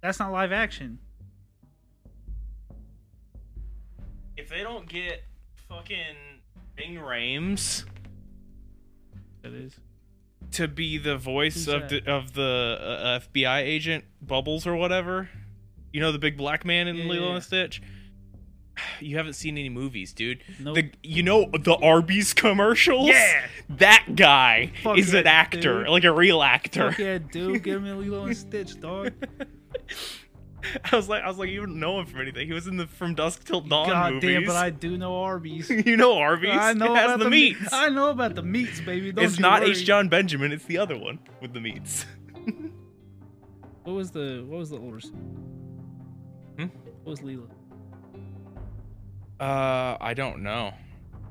That's not live action. If they don't get fucking Bing Rames That is. to be the voice Who's of that? the, of the uh, FBI agent Bubbles or whatever, you know the big black man in Yeah, Lilo yeah, yeah. and Stitch. You haven't seen any movies, dude. Nope. The you know the Arby's commercials. Yeah. that guy Fuck is an yeah, actor, dude. like a real actor. Fuck yeah, dude. Give me Lilo and Stitch, dog. I was like, I was like, you don't know him from anything. He was in the From Dusk Till Dawn God movies. damn, but I do know Arby's. you know Arby's. I know it has about the, the meats. I know about the meats, baby. Don't it's you not worry. H. John Benjamin. It's the other one with the meats. What was the What was the older? son? Hmm? What was Lilo? Uh, I don't know.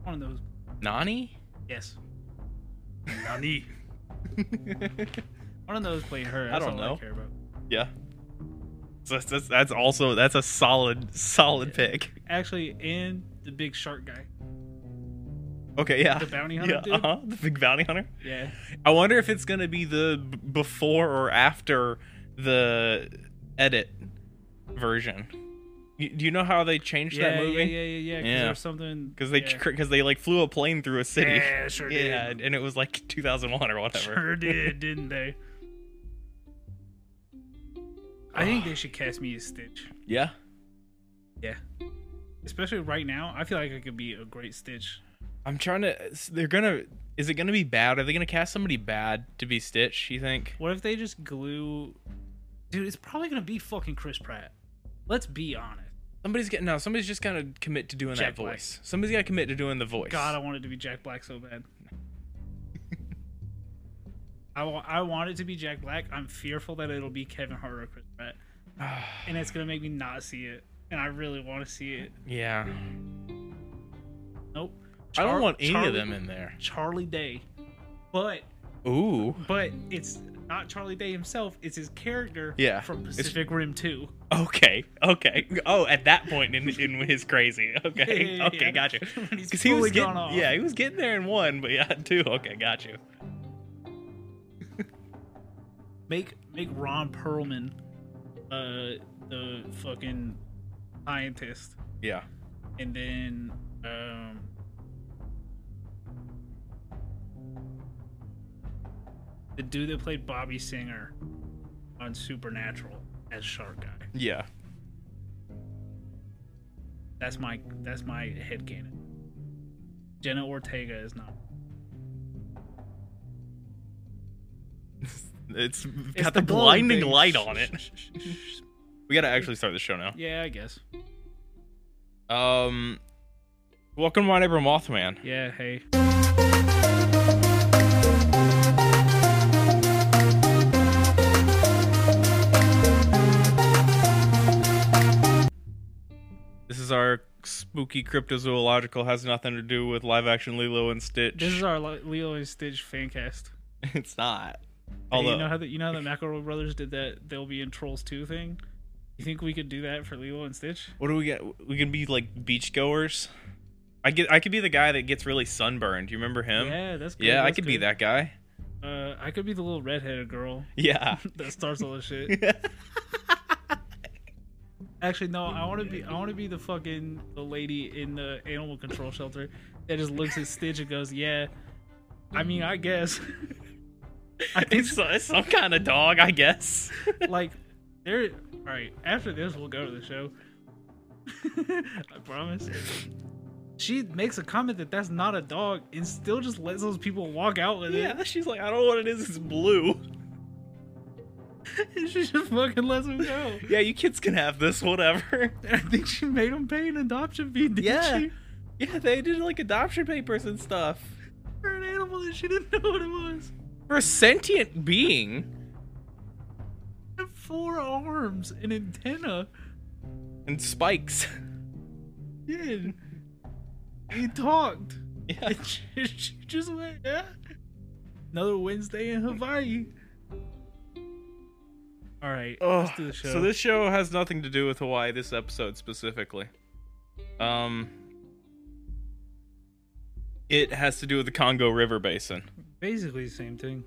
One of those. Nani? Yes. Nani. One of those played her. I That's don't all know. I care about. yeah. So that's, that's that's also that's a solid solid pick. Actually, and the big shark guy, Okay, yeah. the bounty hunter Yeah, dude. uh huh. The big bounty hunter. Yeah. I wonder if it's gonna be the b- before or after the edit version. Y- Do you know how they changed yeah, that movie? yeah, yeah, yeah, yeah. Because Yeah. there was something. Because they yeah. because they like flew a plane through a city. Yeah, sure did. Yeah, and- and it was like 2001 or whatever. Sure did, didn't they? I think they should cast me as Stitch, Yeah. especially right now. I feel like I could be a great Stitch. I'm trying to. s- They're gonna. Is it gonna be bad? Are they gonna cast somebody bad to be Stitch? You think? What if they just glue? Dude, it's probably gonna be fucking Chris Pratt. Let's be honest. Somebody's getting. No, somebody's just gotta commit to doing Jack that Black. voice. Somebody's gotta commit to doing the voice. God, I want it to be Jack Black so bad. I, wa- I want it to be Jack Black. I'm fearful that it'll be Kevin Hart or Chris Pratt, Ah, and it's gonna make me not see it. And I really want to see it. yeah. Nope. I Char- don't want any Charlie- of them in there. Charlie Day, but Ooh. but it's not Charlie Day himself. It's his character. Yeah, From it's- Pacific Rim Two. Okay. Okay. Oh, at that point in in his crazy. Okay. Yeah, yeah, okay. yeah. Gotcha. When he's Because he was fully getting. gone off. Yeah, he was getting there in one, but yeah, two. Okay, got you. Make make Ron Perlman, uh, the fucking scientist, Yeah. and then um. The dude that played Bobby Singer on Supernatural as Shark Guy. Yeah. That's my that's my headcanon. Jenna Ortega is not. It's got It's the, glowing blinding thing. light on it. We gotta actually start the show now. yeah, I guess. Um, welcome to my neighbor Mothman. Yeah, hey. This is our spooky cryptozoological has nothing to do with live action Lilo and Stitch. This is our Li- Lilo and Stitch fan cast. it's not. Hey, Although you know how the, you know how the McElroy brothers did that they'll be in Trolls 2 thing? You think we could do that for Lilo and Stitch? What do we get? We can be like beachgoers. I get. I could be the guy that gets really sunburned. You remember him? yeah, that's good. Yeah, I that's could be good. that guy. Uh, I could be the little redheaded girl Yeah. that starts all this shit. Actually, no, I want to be I want to be the fucking the lady in the animal control shelter that just looks at Stitch and goes, "Yeah, I mean, I guess." I think it's, it's some kind of dog, I guess. like there. All right, after this, we'll go to the show. I promise. She makes a comment that that's not a dog, and still just lets those people walk out with it. yeah. She's like, I don't know what it is. It's blue. And she just fucking lets them go. Yeah, you kids can have this. Whatever. And I think she made them pay an adoption fee, didn't Yeah. she? Yeah, they did like adoption papers and stuff. For an animal that she didn't know what it was. For a sentient being have four arms, an antenna. and spikes. Yeah. He talked. Yeah. And she, she just went, yeah. Another Wednesday in Hawaii. All right, Oh. let's do the show. So this show has nothing to do with Hawaii. This episode specifically, um, it has to do with the Congo River Basin. basically the same thing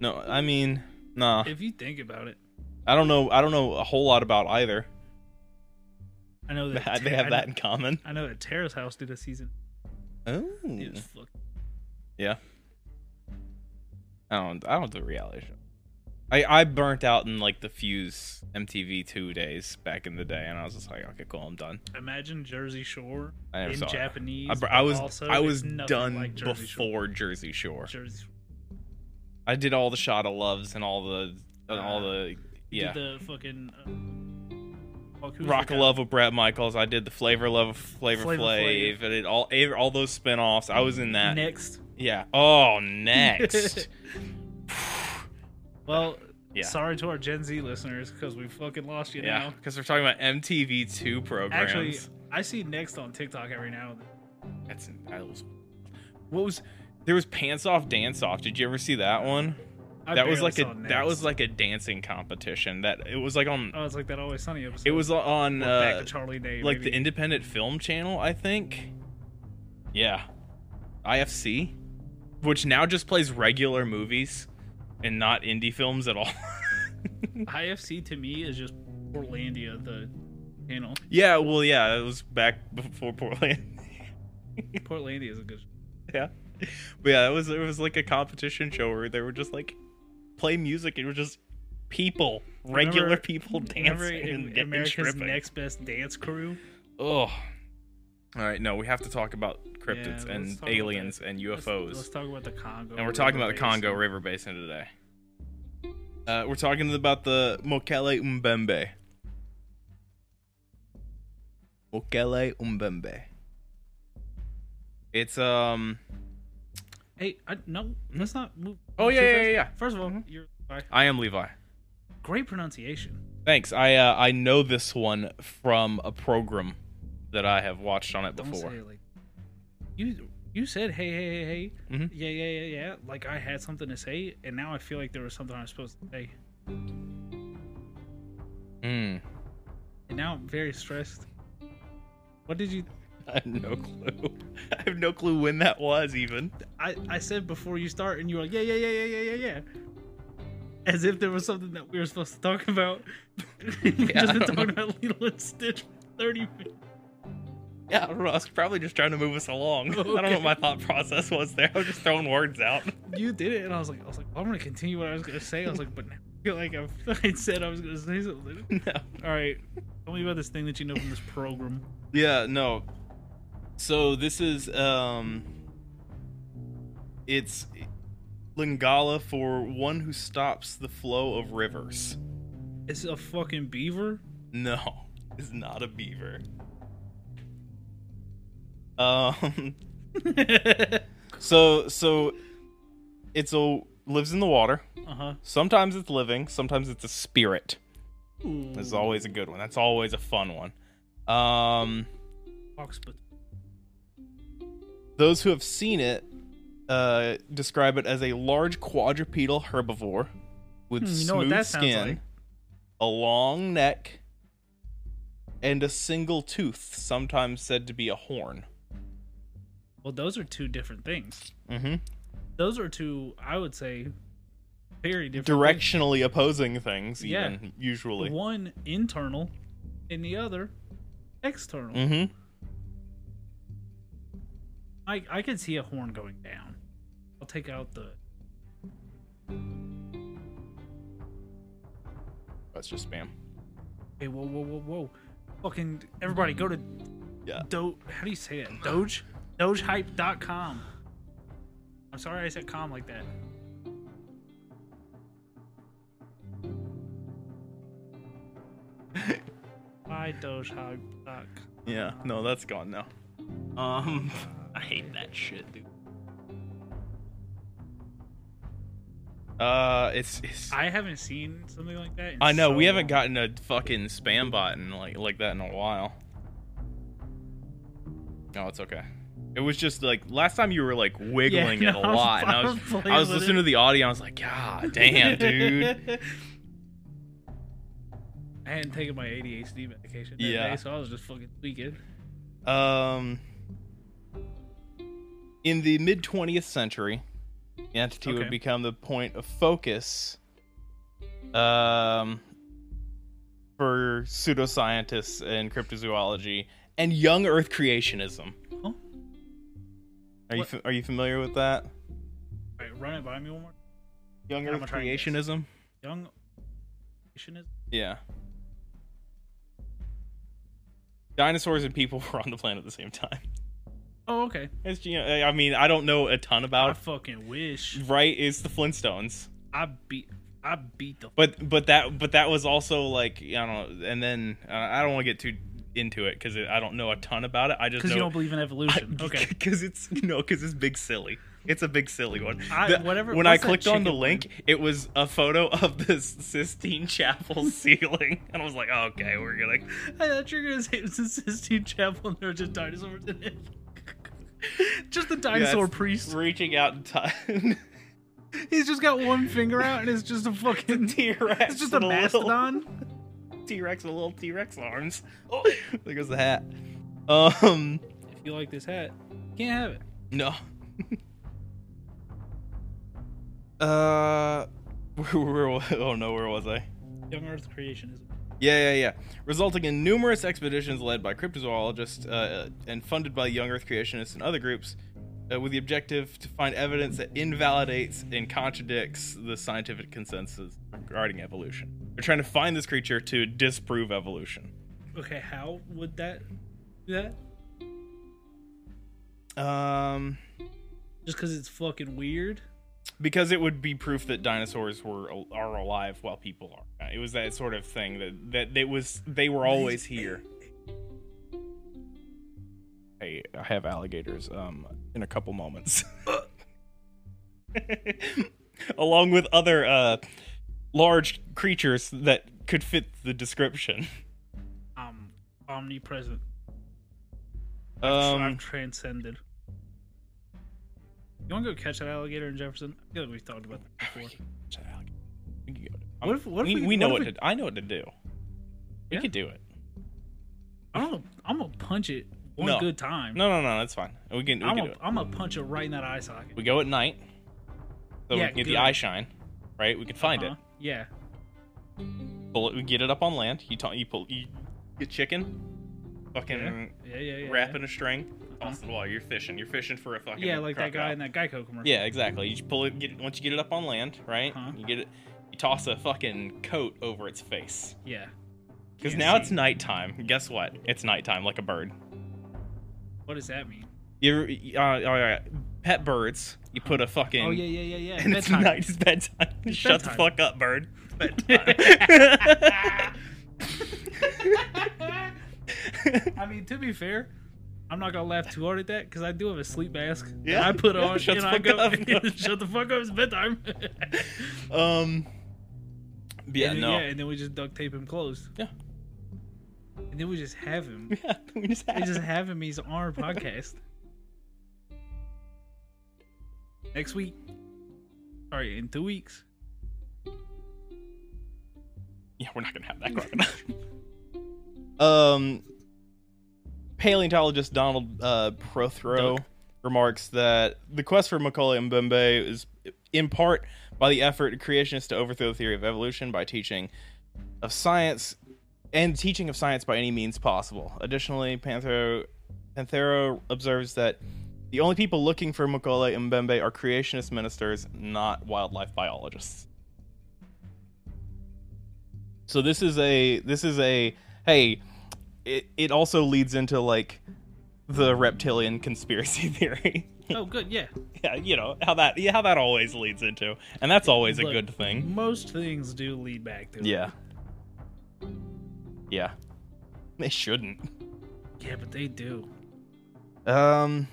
No, I mean, nah. if you think about it. I don't know. I don't know a whole lot about either. I know that They Ter- have I- that in common. I know that Terrace House did a season. Oh, It was fuck- I don't. I don't do reality shows. I I burnt out in like the Fuse MTV two days back in the day, and I was just like, okay, cool, I'm done. Imagine Jersey Shore I never in saw it. Japanese. I, br- but I was also I it's was nothing done like Jersey Shore. before Jersey Shore. Jersey Shore. I did all the shot of loves and all the and all the You yeah Did the fucking uh, fuck, who's rock the guy? love with Brett Michaels. I did the flavor love of Flavor, Flavor Flav. I did all e, all those spin-offs. I was in that. next. Yeah. Oh, next. Well, Yeah. sorry to our Gen Z listeners because we fucking lost you yeah, now. because we're talking about MTV two programs. Actually, I see next on TikTok every now and then. That's that was what was there was pants off dance off. Did you ever see that one? I that was barely like a saw Next. that was like a dancing competition. That it was like on oh, it's like that Always Sunny episode. it was on Or back uh, to Charlie Day. like the maybe. independent film channel, I think. Yeah, IFC, which now just plays regular movies and not indie films at all. IFC to me is just Portlandia, the channel. yeah, well, yeah, it was back before Portland. Portlandia is a good. yeah, but yeah, it was it was like a competition show where they were just like play music. It was just people, regular Remember- people Remember dancing in, and, and America's stripping. Next Best Dance Crew? Oh. All right, no, we have to talk about cryptids Yeah, let's and talk about aliens and Let's- UFOs. Let's, talk about the Congo. and we're talking about River the Congo Basin. River Basin today. Uh, we're talking about the Mokele Umbembe. Mokele Umbembe. It's um. Hey, I, no, let's not move. Oh, yeah, too yeah, fast. yeah, Mm-hmm. yeah. First of all, you're sorry. I am Levi. great pronunciation. Thanks. I uh, I know this one from a program that I have watched on it Don't before. say it like you. You said hey hey hey hey Mhm. yeah yeah yeah yeah like I had something to say and now I feel like there was something I was supposed to say Mm, and now I'm very stressed. What did you? I have no clue. I have no clue when that was even. I I said before you start and you were like yeah yeah yeah yeah yeah yeah yeah. As if there was something that we were supposed to talk about. We've just I been don't talking know. about Lilo and Stitch for thirty minutes. Yeah, I don't know. I was probably just trying to move us along. I don't know what Okay. my thought process was there. I was just throwing words out. you did it, and I was like, I was like, well, I'm gonna continue what I was gonna say. I was like, but now I feel like I've, I said I was gonna say something. no. All right, tell me about this thing that you know from this program. Yeah, no. So this is um it's Lingala for one who stops the flow of rivers. It's a fucking beaver. No, it's not a beaver. Um uh so so it's a lives in the water. huh. Sometimes it's living, sometimes it's a spirit. That's always a good one. That's always a fun one. Um Fox, but Those who have seen it uh, describe it as a large quadrupedal herbivore with Hmm, you know what smooth that sounds skin, like. a long neck, and a single tooth, sometimes said to be a horn. well, those are two different things. Mm-hmm. Those are two, I would say, very different. things. Directionally opposing things, Yeah. even usually. One internal, and the other external. Mm-hmm. I I can see a horn going down. I'll take out the. That's just spam. Hey, whoa, whoa, whoa, whoa. Fucking everybody go to Yeah. Do how do you say that? Doge? Dogehype.com. I'm sorry I said com like that. Buy dogehype.com. Yeah. No, that's gone now. Um, I hate that shit, dude. Uh, it's it's I haven't seen something like that. in I know so we haven't long. gotten a fucking spam bot in like like that in a while. No, it's okay. It was just like last time you were like wiggling Yeah, it a no, I was- lot, and I I was was I was playing with listening it. to the audio. And I was like, God damn, dude. I hadn't taken my ADHD medication that Yeah. day, so I was just fucking tweaking. Um, in the mid 20th century, the entity Okay. would become the point of focus um, for pseudoscientists and cryptozoology and young Earth creationism. Huh? Are you What? fa- are you familiar with that? Alright, run it by me one more. Young I'm Earth gonna try and guess. creationism. Young creationism? Yeah. Dinosaurs and people were on the planet at the same time. Oh, okay. It's, geo- I mean, I don't know a ton I about. fucking wish Right, it's the Flintstones. I beat I beat the but but that but that was also like I don't know, and then uh, I don't want to get too into it because I don't know a ton about it. I just because know you don't believe in evolution. okay. because it's you know because it's big silly. It's a big silly one. I- The- whatever- when I what's that clicked on the chicken link, it was a photo of the Sistine Chapel ceiling, and I was like, okay, we're gonna. I thought you were gonna say it was the Sistine Chapel and there were just dinosaurs in it. just the dinosaur that's- priest. Reaching out in time, He's just got one finger out and it's just a fucking T Rex. it's just a mastodon. T Rex with little T Rex arms. Oh, there goes the hat. Um, If you like this hat, you can't have it. No. uh, where, where, wa- oh no, where was I? Young Earth creationism. Yeah, yeah, yeah. Resulting in numerous expeditions led by cryptozoologists uh, and funded by young Earth creationists and other groups, uh, with the objective to find evidence that invalidates and contradicts the scientific consensus regarding evolution. They're trying to find this creature to disprove evolution. Okay, how would that do that? Um, Just because it's fucking weird? because it would be proof that dinosaurs were are alive while people are. Uh, It was that sort of thing that that it was they were always here. Hey, I have alligators. Um, in a couple moments, along with other uh large creatures that could fit the description. Um, omnipresent. Um, I've transcended. You want to go catch that alligator in Jefferson? I feel like we've talked about that we before. can catch that alligator. We can go to- What if- what if we, we could- we know what what, if to? I know what to do. We Yeah. could do it. I'm gonna, I'm gonna punch it one No. good time. No, no, no. That's fine. We can. We I'm can do gonna, it. I'm gonna punch it right in that eye socket. We go at night, so Yeah, we can get the good. eye shine, right? We can find Huh? Uh-huh. Yeah. Uh-huh. it. Pull it. We get it up on land. You ta- you pull you get chicken, fucking Yeah, yeah, yeah. wrap in a string, toss Uh-huh. it to the wall. You're fishing. You're fishing for a fucking Yeah, like that guy crocodile. in that Geico commercial. Yeah, exactly. You just pull it. Get it, once you get it up on land, right? Uh-huh. You get it. You toss a fucking coat over its face Yeah. because Can't now it's see. nighttime. Guess what? It's nighttime, like a bird. What does that mean? You ever- uh, all right, pet birds. You put a fucking Oh yeah, yeah, yeah, yeah. and it's Bedtime. night. It's bedtime. It's Shut the bedtime. fuck up, bird. I mean, to be fair, I'm not gonna laugh too hard at that because I do have a sleep mask. that Yeah, I put yeah, on shut and the I fuck go up. shut the fuck up. It's bedtime. um. but Yeah. and, then- No. yeah, and then we just duct tape him closed. Yeah. And then we just have him. Yeah, we just We have just have him. He's on our podcast next week. Sorry, in two weeks. Yeah, we're not gonna have that crocodile. um, paleontologist Donald uh, Prothro Duck. remarks that the quest for Macaulay and Mbembe is in part by the effort of creationists to overthrow the theory of evolution by teaching of science and teaching of science by any means possible. Additionally, Panthero, Panthero observes that the only people looking for Macaulay and Mbembe are creationist ministers, not wildlife biologists. So this is a this is a hey, it it also leads into like the reptilian conspiracy theory. Oh, good. Yeah. yeah, you know how that yeah, how that always leads into, and that's always a Look. good thing. Most things do lead back to. it. Yeah, yeah, they shouldn't. Yeah, but they do. Um,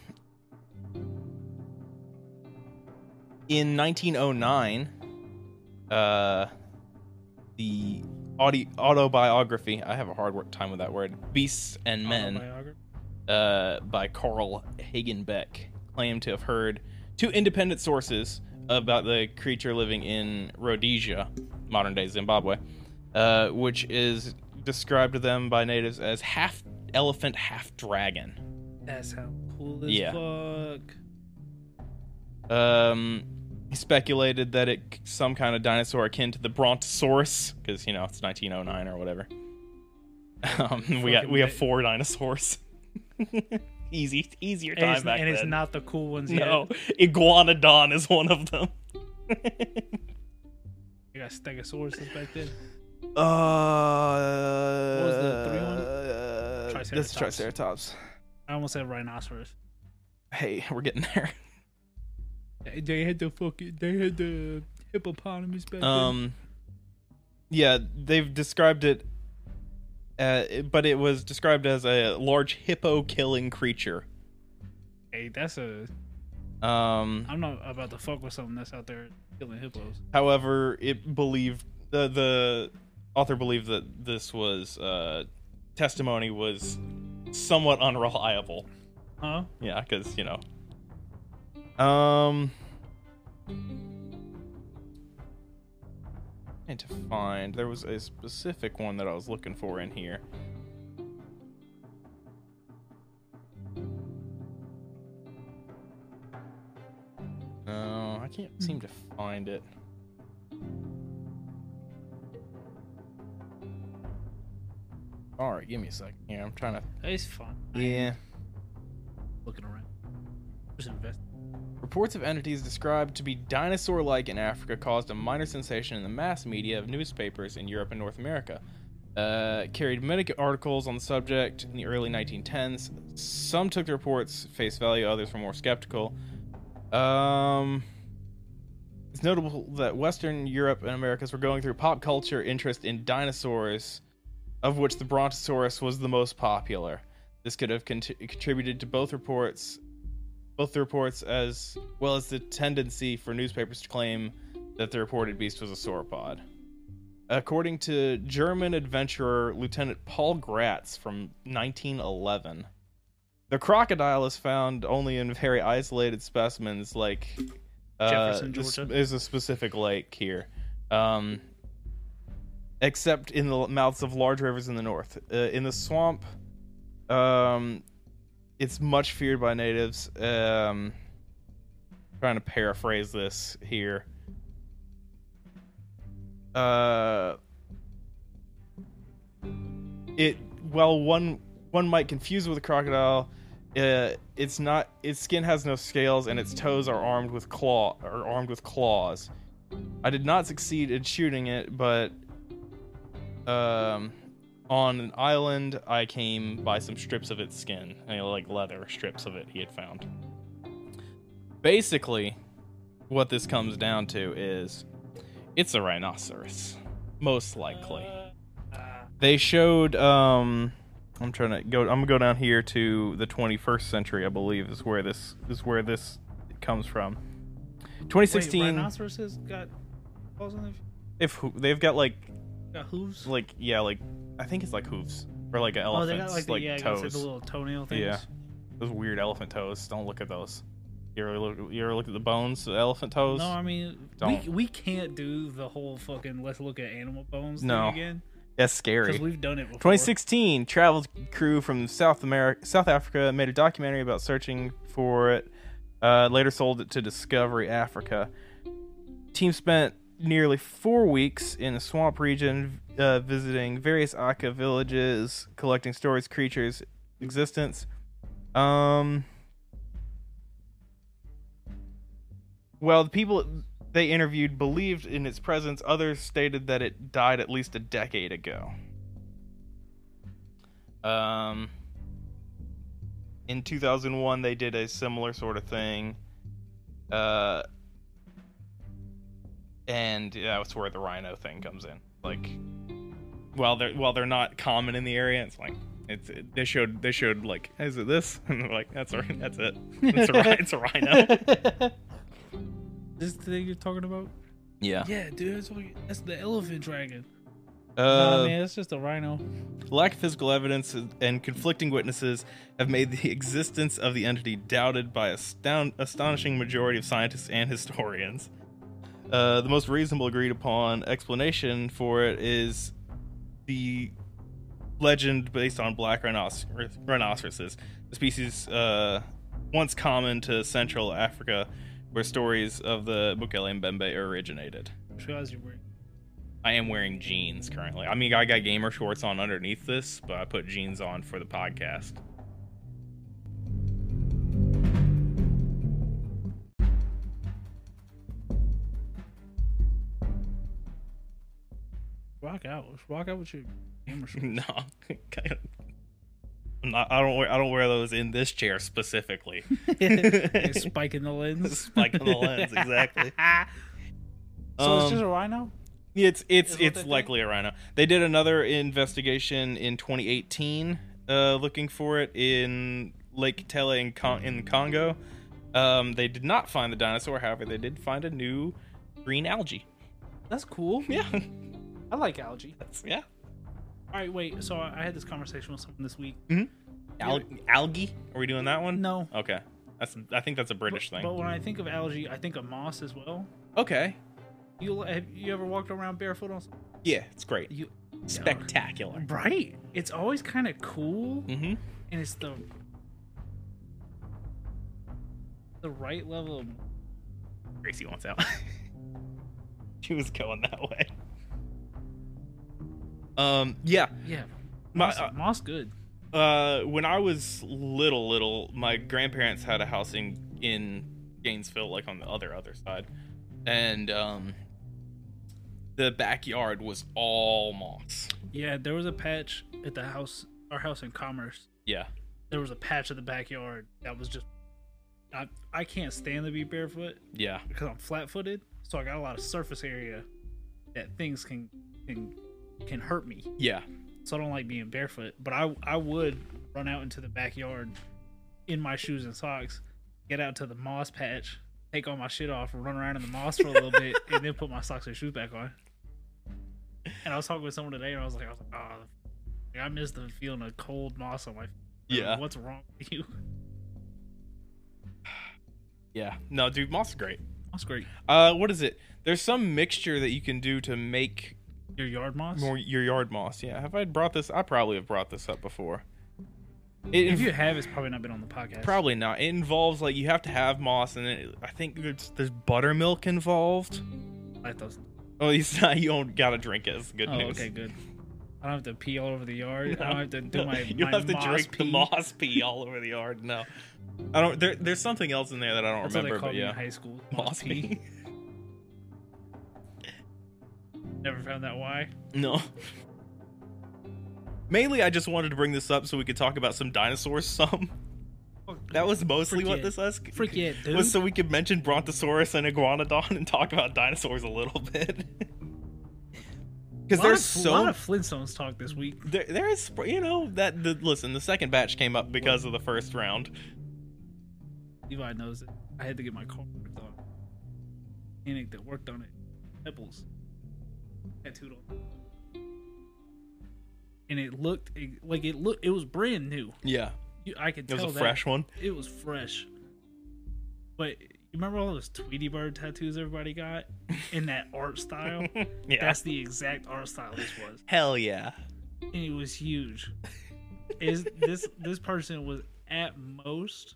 in 1909, uh, the audi- autobiography, I have a hard work time with that word, Beasts and Men, Autobiography. uh, by Carl Hagenbeck, claimed to have heard two independent sources about the creature living in Rhodesia, modern day Zimbabwe, uh, which is described to them by natives as half elephant, half dragon. That's how cool as Yeah. fuck. Um, he speculated that it c- some kind of dinosaur akin to the Brontosaurus, because you know it's 1909 or whatever. Um, we got Fucking we have bit- four dinosaurs. Easy, easier And, time it's, back and it's then. not the cool ones no, yet. Iguanodon is one of them. You got Stegosauruses back then. Uh, was the three one? uh, Triceratops. That's Triceratops. I almost said rhinoceros. Hey, we're getting there. They- They had the fucking. They had the hippopotamus back Um, yeah, they've described it, uh, but it was described as a large hippo-killing creature. then. Hey, that's a. Um, I'm not about to fuck with something that's out there killing hippos. However, it believed the the author believed that this was uh, testimony was somewhat unreliable. Huh? Yeah, because you know. Um. I need to find there was a specific one that I was looking for in here. No, I can't seem to find it. All right, give me a second here. I'm trying to. It's fun. Yeah. Looking around. Just invest. Reports of entities described to be dinosaur like in Africa caused a minor sensation in the mass media of newspapers in Europe and North America. Uh, carried many articles on the subject in the early 1910s. Some took the reports face value, others were more skeptical. Um, it's notable that Western Europe and Americas were going through pop culture interest in dinosaurs, of which the Brontosaurus was the most popular. This could have cont- contributed to both reports both the reports as well as the tendency for newspapers to claim that the reported beast was a sauropod. According to German adventurer Lieutenant Paul Gratz from 1911, the crocodile is found only in very isolated specimens like uh, Jefferson, this Georgia. is a specific lake here. Um, except in the mouths of large rivers in the north. Uh, in the swamp, um, it's much feared by natives. Um, trying to paraphrase this here. Uh, it well one one might confuse it with a crocodile. Uh, it's not. Its skin has no scales, and its toes are armed with claw are armed with claws. I did not succeed in shooting it, but um, on an island, I came by some strips of its skin, and like leather strips of it he had found. Basically, what this comes down to is it's a rhinoceros, most likely. Uh, They showed um I'm trying to go I'm going to go down here to the 21st century, I believe is where this is where this comes from. 2016 Wait, rhinoceroses got claws on them? if hoo- they've got like Got hooves? like yeah, like I think it's like hooves or like oh, elephants they got like, the, yeah, I guess, toes. like the little toenail things. Yeah. Those weird elephant toes. Don't look at those. You ever look, you ever look at the bones of elephant toes? No, I mean, Don't. we we can't do the whole fucking let's look at animal bones No. thing again That's because scary. we've done it before. 2016 travel crew from South America, South Africa made a documentary about searching for it. Uh, later sold it to Discovery Africa. Team spent nearly four weeks in the swamp region, uh, visiting various Aka villages, collecting stories, creatures, existence. Um, well, the people they interviewed believed in its presence. Others stated that it died at least a decade ago. Um, in 2001, they did a similar sort of thing. Uh, and that's where the rhino thing comes in. Like, while they're while they're not common in the area, it's like it's it, they showed they showed like is it this and they're like that's a, that's it it's a, rhi- it's a rhino This thing you're talking about? yeah Yeah, dude, that's, what, that's the elephant dragon. uh, nah, man, it's just a rhino. Lack of physical evidence and conflicting witnesses have made the existence of the entity doubted by a stoun astonishing majority of scientists and historians. Uh, the most reasonable agreed upon explanation for it is the legend based on black rhinocer- rhinoceroses, a species uh, once common to Central Africa, where stories of the Bukele and Bembe originated. Shows you where I am wearing jeans currently. I mean, I got gamer shorts on underneath this, but I put jeans on for the podcast. Walk out. Let's walk out with your gamer shorts. no, I'm not, I don't wear I don't wear those in this chair specifically. A spike in the lens. Spike in the lens, exactly. so it's Um, just a rhino. It's Is it's what they it's do? likely a rhino. They did another investigation in 2018, uh, looking for it in Lake Tele in, Con- in Congo. Um, they did not find the dinosaur. However, they did find a new green algae. That's cool. Yeah, I like algae. that's, yeah. All right, wait. So I I had this conversation with someone this week. Al- algae? Are we doing that one? No, Okay, that's I think that's a but- British but, thing. when I think of algae, I think of moss as well. okay. You have you ever walked around barefoot on something? Yeah, it's great. You Spectacular. right? It's always kind of cool, Mm-hmm. and it's the the right level. Of, Gracie wants out. she was going that way. Um. Yeah. yeah, My, moss, moss good. Uh, when I was little, little, my grandparents had a house in in Gainesville, like on the other other side, and um, the backyard was all moss. Yeah, there was a patch at the house, our house in Commerce. Yeah, There was a patch of the backyard that was just. I I can't stand to be barefoot. yeah, because I'm flat footed, so I got a lot of surface area that things can can can hurt me. yeah. So I don't like being barefoot. But I I would run out into the backyard in my shoes and socks, get out to the moss patch, take all my shit off, run around in the moss for a little bit, and then put my socks and shoes back on. And I was talking with someone today, and I was like, I was like, oh, like, I miss the feeling of cold moss on my feet. Yeah. What's wrong with you? Yeah. No, dude, moss is great. Moss great. Uh, what is it? There's some mixture that you can do to make Your yard moss. more your yard moss. Yeah. Have I brought this? I probably have brought this up before. It, if you have, it's probably not been on the podcast. Probably not. It involves like you have to have moss, and it, I think there's there's buttermilk involved. Like those Well, it's not. You don't gotta drink it. It's good Oh, news. okay, good. I don't have to pee all over the yard. I No. don't have to do my. you my have to moss drink the pee. moss pee all over the yard. No, I don't. There, there's something else in there that I don't That's what remember. they called But me in yeah, high school. moss pee. Never found that why. no. Mainly, I just wanted to bring this up so we could talk about some dinosaurs. Some that was mostly what Forget. this us freak it, dude. was, so we could mention Brontosaurus and Iguanodon and talk about dinosaurs a little bit. Because Lot there's of- so lot of Flintstones talk this week. there, there is you know that the, listen the second batch came up because of the first round Levi knows it. I had to get my car worked on. Mechanic that worked on it. Pebbles. Tattooed on. it. And it looked it- like it looked. It was brand new. yeah You, I could it was tell a that fresh one it was fresh. But you remember all those Tweety Bird tattoos everybody got in that art style? yeah That's the exact art style this was, hell yeah and it was huge. Is this this person was at most?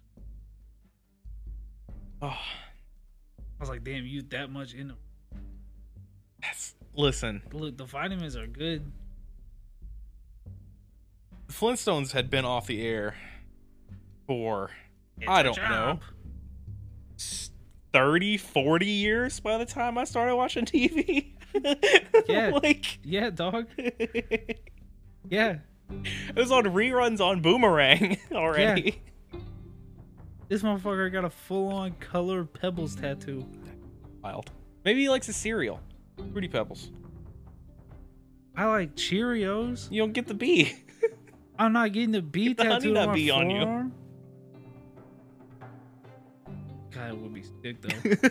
oh I was like, damn, you that much in them. that's listen Look, the vitamins are good. the flintstones had been off the air for I It's a don't know. job. 30 40 years by the time i started watching tv Yeah. like Yeah, dog. it Yeah, was on reruns on boomerang already this motherfucker got a full-on color pebbles tattoo. wild maybe he likes a cereal fruity pebbles I like Cheerios. you don't get the bee I'm not getting the bee Get the honey tattooed nut on my bee on you. forearm. God, it would be sick though.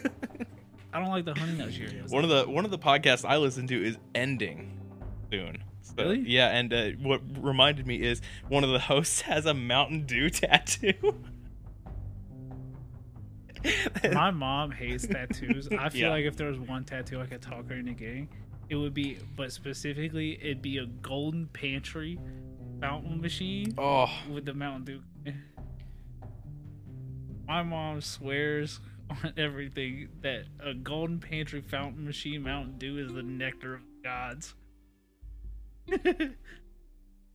I don't like the honey nut Cheerios. One of the one of the podcasts I listen to is ending soon. So, Really? Yeah, and uh, what reminded me is one of the hosts has a Mountain Dew tattoo. my mom hates tattoos. I feel Yeah. like if there was one tattoo I could talk her into getting, it would be, but specifically, it'd be a golden pantry fountain machine oh, with the Mountain Dew. My mom swears on everything that a golden pantry fountain machine Mountain Dew is the nectar of gods.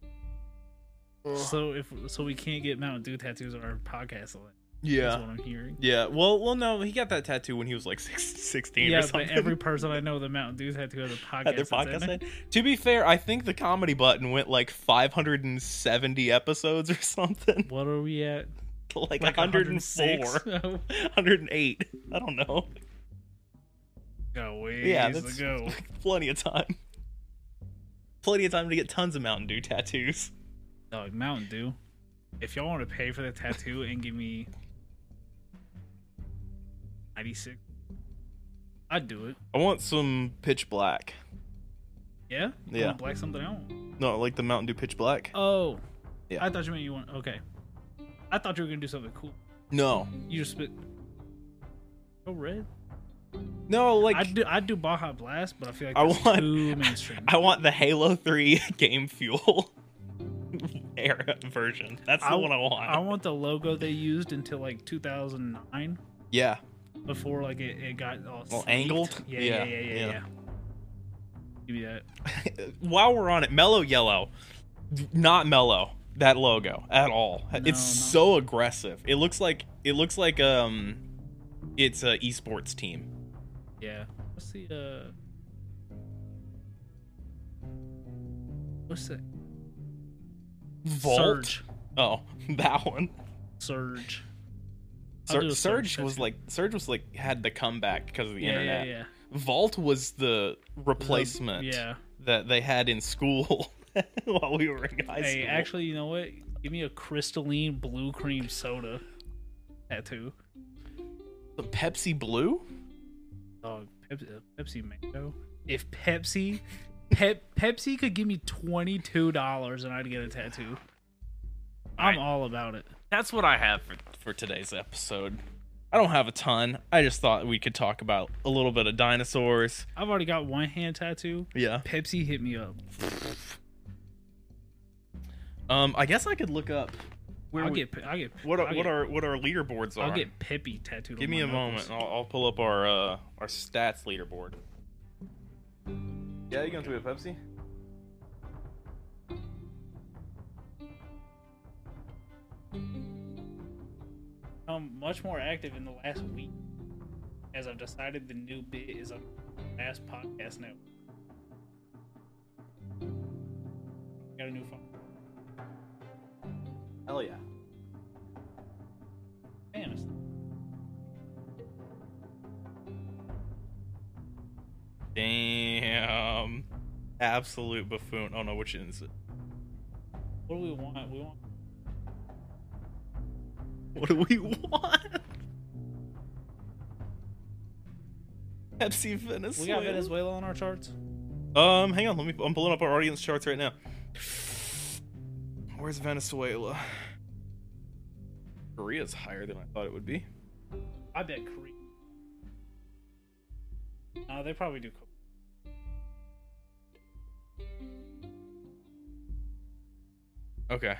so if so, we can't get Mountain Dew tattoos on our podcast. Line. That's yeah. what I'm hearing. Yeah. Well, well, no, he got that tattoo when he was like six, 16 or Yeah, something. but every person I know with a Mountain Dew tattoo has a At podcast. their that's in podcast it. side. To be fair, I think the comedy button went like 570 episodes or something. What are we at? like, Like 104, 106? Oh, 108. I don't know. Go ways Oh, Yeah, yeah, that's ago. plenty of time. Plenty of time to get tons of Mountain Dew tattoos. Dog, Mountain Dew. If y'all want to pay for the tattoo and give me 96, I'd do it. I want some pitch black. Yeah? You Yeah. wanna Black something out? No, like the Mountain Dew pitch black. Oh. Yeah. I thought you meant you want. Okay. I thought you were going to do something cool. No, You just spit. Oh, red? no, like I'd do, I'd do Baja Blast, but I feel like I that's want- too mainstream. I want the Halo 3 game fuel era version. That's the I- one I want. I want the logo they used until like 2009. yeah. before like it, it got all Well, sleeved. angled? Yeah, yeah, Yeah, yeah, yeah, yeah. yeah. Give me that. While we're on it, mellow yellow. Not mellow. That logo at all. it's No, no. so aggressive. It looks like it looks like um it's a esports team. Yeah. What's the uh? What's that? Volt? Surge. Oh, that one. Surge. I'll Sur- do a Surge, Surge that's was good. like Surge was like had the comeback because of the yeah, internet. yeah, yeah. Vault was the The- replacement yeah. that they had in school while we were in high Hey, school. actually, you know what? Give me a crystalline blue cream soda tattoo. the Pepsi Blue. Dog, Pepsi, uh, Pepsi mango. If Pepsi, Pep, Pepsi could give me twenty two dollars and I'd get a tattoo. I'm all about it. That's what I have for for today's episode. I don't have a ton. I just thought we could talk about a little bit of dinosaurs. I've already got one hand tattoo. Yeah. Pepsi hit me up. Um. I guess I could look up where I'll we- get. I get. what I'll our, get, what our what our leaderboards are. I'll get Peppy tattooed. Give on me my a knuckles. moment. And I'll, I'll pull up our uh, our stats leaderboard. Yeah, you going to a Pepsi? I'm much more active in the last week, as I've decided the new bit is on the last podcast now. Got a new phone. Hell yeah. Damn, it's- Damn. Absolute buffoon. Oh no, which end is it? what do we want? We want What do we want? Pepsi Venezuela. we got Venezuela on our charts. Um, hang on. Let me. I'm pulling up our audience charts right now. Where's Venezuela? Korea's higher than I thought it would be. I bet Korea. No, they probably do. Coke. Okay.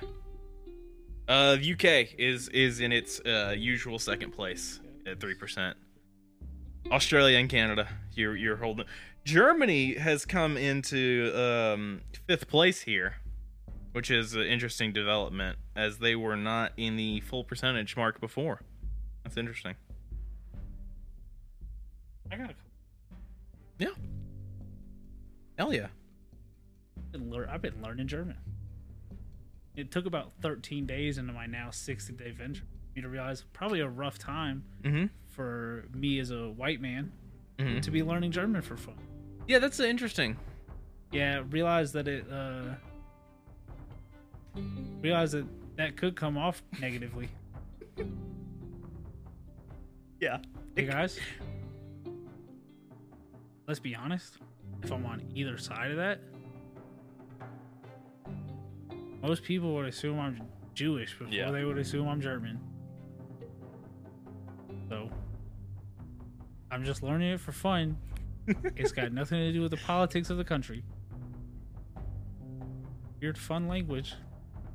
Uh, the UK is is in its uh, usual second place at three percent. Australia and Canada, you're you're holding. Germany has come into um, fifth place here, which is an interesting development as they were not in the full percentage mark before. That's interesting. I got a Hell yeah. I've been, lear- I've been learning German. It took about 13 days into my now 60 day venture for me to realize probably a rough time Mm-hmm. for me as a white man Mhm. to be learning German for fun. Yeah, that's uh, interesting. Yeah, realize that it uh realize that that could come off negatively. Yeah. Hey guys, let's be honest. If I'm on either side of that, most people would assume I'm Jewish before Yeah. they would assume I'm German. So I'm just learning it for fun. it's got nothing to do with the politics of the country. Weird, fun language.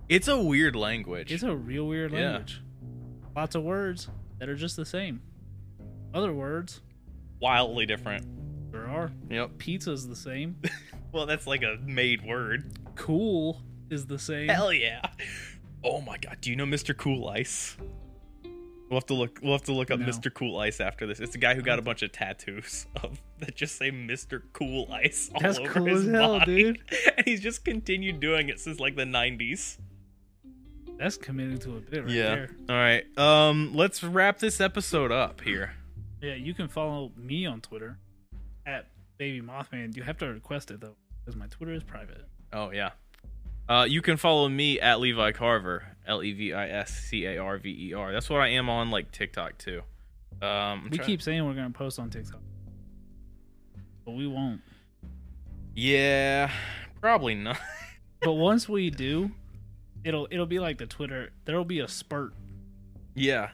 It's a weird language. It's a real weird Yeah. language. Lots of words that are just the same. Other words, Wildly different. there are. Yep. Pizza's the same. Well, that's like a made word. Cool is the same. Hell yeah. Oh my god, do you know Mr. Cool Ice? We'll have to look we'll have to look up No. Mr. Cool Ice after this. It's a guy who got a bunch of tattoos of that just say Mr. Cool Ice all That's over cool his as hell, body. dude. And he's just continued doing it since like the 90s. That's committed to a bit right there. All right. Um let's wrap this episode up here. Yeah, you can follow me on Twitter at Baby Mothman. You have to request it though, because my Twitter is private. Oh yeah. Uh, you can follow me at Levi Carver, L E V I S C A R V E R. That's what I am on like TikTok too. Um, I'm we trying- keep saying we're gonna post on TikTok, but we won't. Yeah, probably not. but once we do, it'll it'll be like the Twitter. There'll be a spurt. Yeah.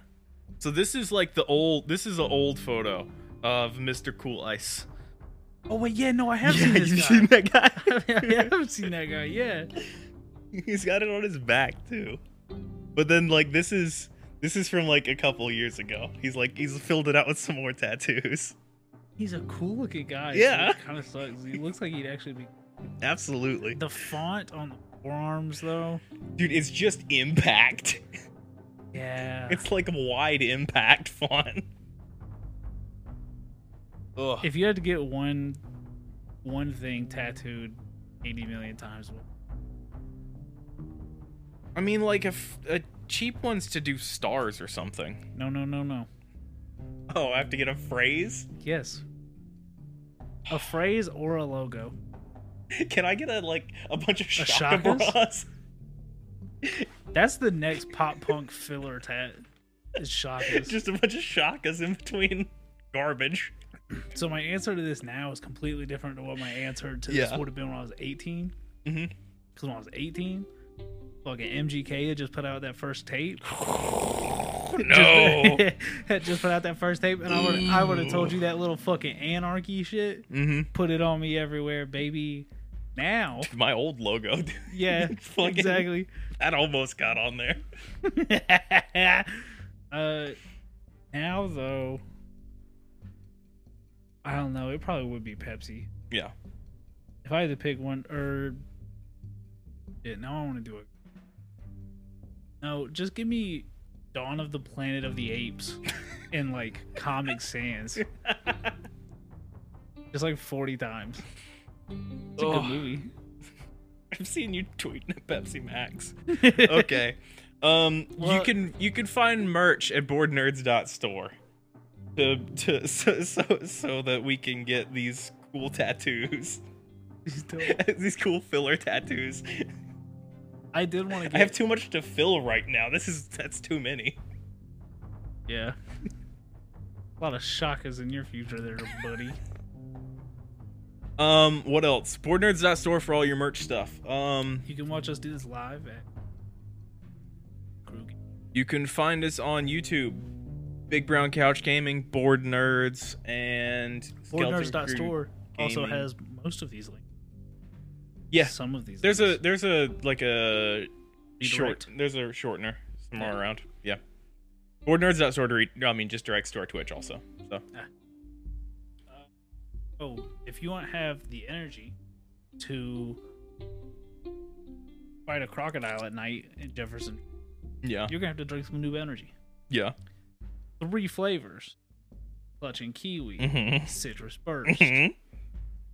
So this is like the old. This is an old photo of Mr. Cool Ice. Oh wait, yeah, no, I have yeah, seen this you've guy. seen that guy. I have seen that guy. Yeah, He's got it on his back too. But then like this is this is from like a couple years ago. He's like he's filled it out with some more tattoos. he's a cool looking guy. Yeah. kind of sucks. He looks like he'd actually be. Absolutely. The font on the forearms though. Dude, it's just impact. Yeah, It's like a wide impact font. Ugh. if you had to get one one thing tattooed 80 million times what- I mean, like a, f- a cheap one's to do stars or something. no no no no Oh, I have to get a phrase. yes a phrase or a logo Can I get a like a bunch of shaka shakabras? that's the next pop punk filler tat is shocking Just a bunch of shakas in between garbage. so my answer to this now is completely different to what my answer to Yeah. this would have been when i was 18 Mhm. because when i was 18 fucking mgk had just put out that first tape no. had just put out that first tape and i would i would have told you that little fucking anarchy shit mm-hmm. put it on me everywhere, baby. Now, My old logo. dude. yeah, Fucking- exactly. that almost got on there. uh, now though, I don't know. It probably would be Pepsi Yeah. if I had to pick one. Or yeah, no, I want to do it. No, just give me Dawn of the Planet of the Apes and like Comic Sans, just like forty times. It's a Ugh. good movie. I've seen you tweeting at Pepsi Max. okay. Um, you Well- can you can find merch at boardnerds.store to to so so, so that we can get these cool tattoos, these cool filler tattoos. I did want to I get have too much to fill right now. This is that's too many. Yeah. A lot of shakas in your future there, buddy. Um, what else? Boardnerds.store for all your merch stuff. Um, You can watch us do this live at Krug. you can find us on YouTube. Big Brown Couch Gaming, Board Nerds, and Skeleton Crew. Boardnerds.store also Gaming. has most of these links. Yeah. Some of these There's a links. there's a like a short Redirect. there's a shortener somewhere Yeah. around. Yeah. Board nerds out sort of re- I mean just directs to our Twitch also. So Oh, if you want to have the energy to fight a crocodile at night in Jefferson, yeah. you're going to have to drink some new energy. Yeah. Three flavors clutch and kiwi, Mhm. citrus burst, Mhm.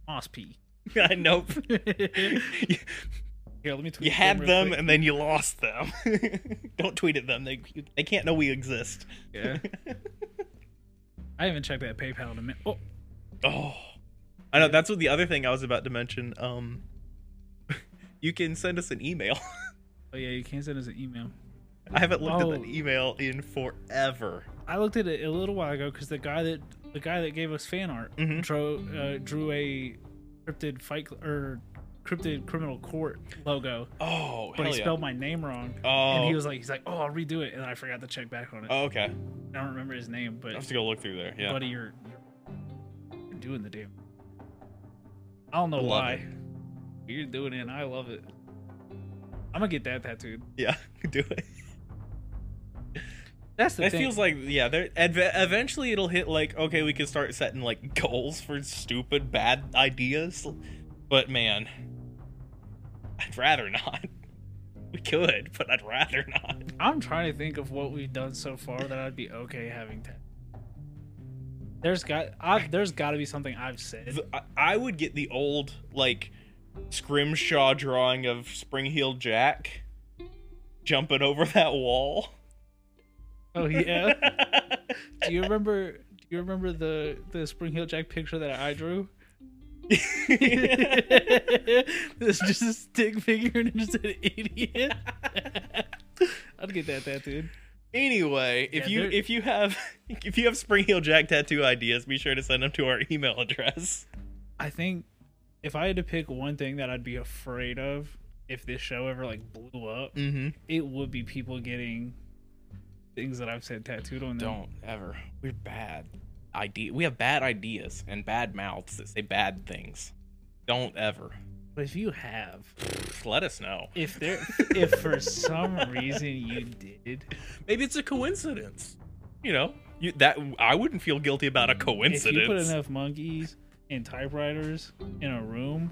moss pea. I nope. Here, You, let me tweet you them had real them quick. and then you lost them. Don't tweet at them. They they can't know we exist. Yeah. I haven't checked that PayPal in a minute. Oh, Oh, I know. That's what the other thing I was about to mention. Um, you can send us an email. oh yeah, you can send us an email. I haven't looked Oh. at that email in forever. I looked at it a little while ago because the guy that the guy that gave us fan art Mhm. drew, uh, drew a cryptid fight cl- or cryptid criminal court logo, Oh, but hell he yeah. spelled my name wrong. Oh, And he was like, he's like, oh, I'll redo it, and I forgot to check back on it. oh, okay. I don't remember his name, I but have to go look through there. Yeah. buddy, you're, you're doing the damn. I don't know Love why. it. You're doing it. and I love it. I'm gonna get that tattooed. Yeah. Do it. That's the It thing. feels like yeah. There, ev- eventually it'll hit like okay, we can start setting like goals for stupid bad ideas, but man, I'd rather not. We could, but I'd rather not. I'm trying to think of what we've done so far that I'd be okay having to. There's got I've, there's got to be something I've said. Th- I- I would get the old like scrimshaw drawing of Springheel Jack jumping over that wall. Oh yeah. do you remember? Do you remember the the Spring Hill Jack picture that I drew? There's just a stick figure and it just an idiot. I'd get that tattooed. anyway, if Yeah, you there- if you have if you have Springheel Jack tattoo ideas, be sure to send them to our email address. I think if I had to pick one thing that I'd be afraid of if this show ever like blew up, Mm-hmm. it would be people getting things that I've said tattooed on them. Don't ever. We're bad. Idea. We have bad ideas and bad mouths that say bad things. Don't ever. But if you have, Let us know. if there, if for some reason you did, Maybe it's a coincidence. You know, you, that I wouldn't feel guilty about a if you put coincidence. enough monkeys and typewriters in a room,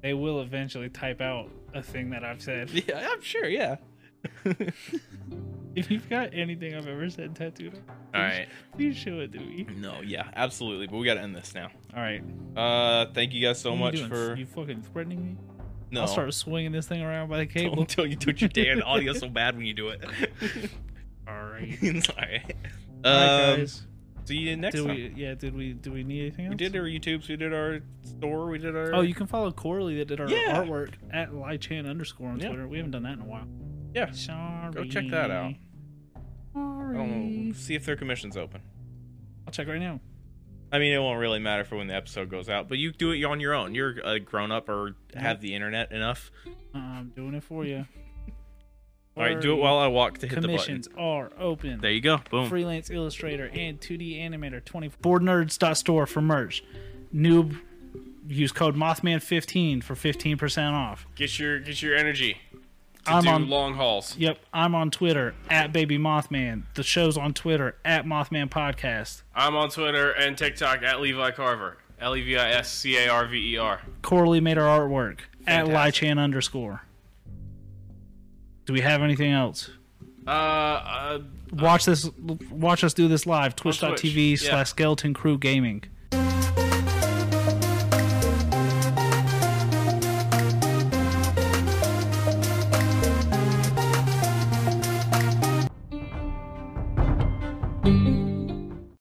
they will eventually type out a thing that I've said. yeah, I'm sure. Yeah. All If you've got anything I've ever said tattooed, on, right. please show it to me. No. Yeah. Absolutely. But we gotta end this now. All right. Uh, thank you guys so What much are you doing? for you fucking threatening me. no. I'll start swinging this thing around by the cable. Until you do your day, and the audio so bad when you do it. All right. It's All right. All right, Um, guys. see you next Did time. we? Yeah. Did we? Do we need anything else? We did our YouTubes. We did our store. We did our. Oh, you can follow Corley that did our Yeah. artwork at Lychan underscore on Yeah. Twitter. We haven't done that in a while. Yeah. Sorry. Go check that out. Um, I Sorry. don't know. See if their commission's open. I'll check right now. I mean, it won't really matter for when the episode goes out, but you do it on your own. You're a grown up or have the internet enough. Uh, I'm doing it for you. All right, do it while I walk to hit the button. commissions are open. There you go. Boom. Freelance illustrator and 2D animator. 24 boardnerds.store for merch. Noob, use code Mothman15 for 15% off. Get your get your energy to I'm do on- long hauls. Yep, I'm on Twitter at Baby Mothman. The show's on Twitter at Mothman Podcast. I'm on Twitter and TikTok at Levi Carver. L E V I S C A R V E R. Corley made our artwork at Fantastic. Lychan underscore. Do we have anything else? Uh, uh, Watch this. Watch us do this live. Twitch. Twitch.tv Yeah. slash Skeleton Crew Gaming.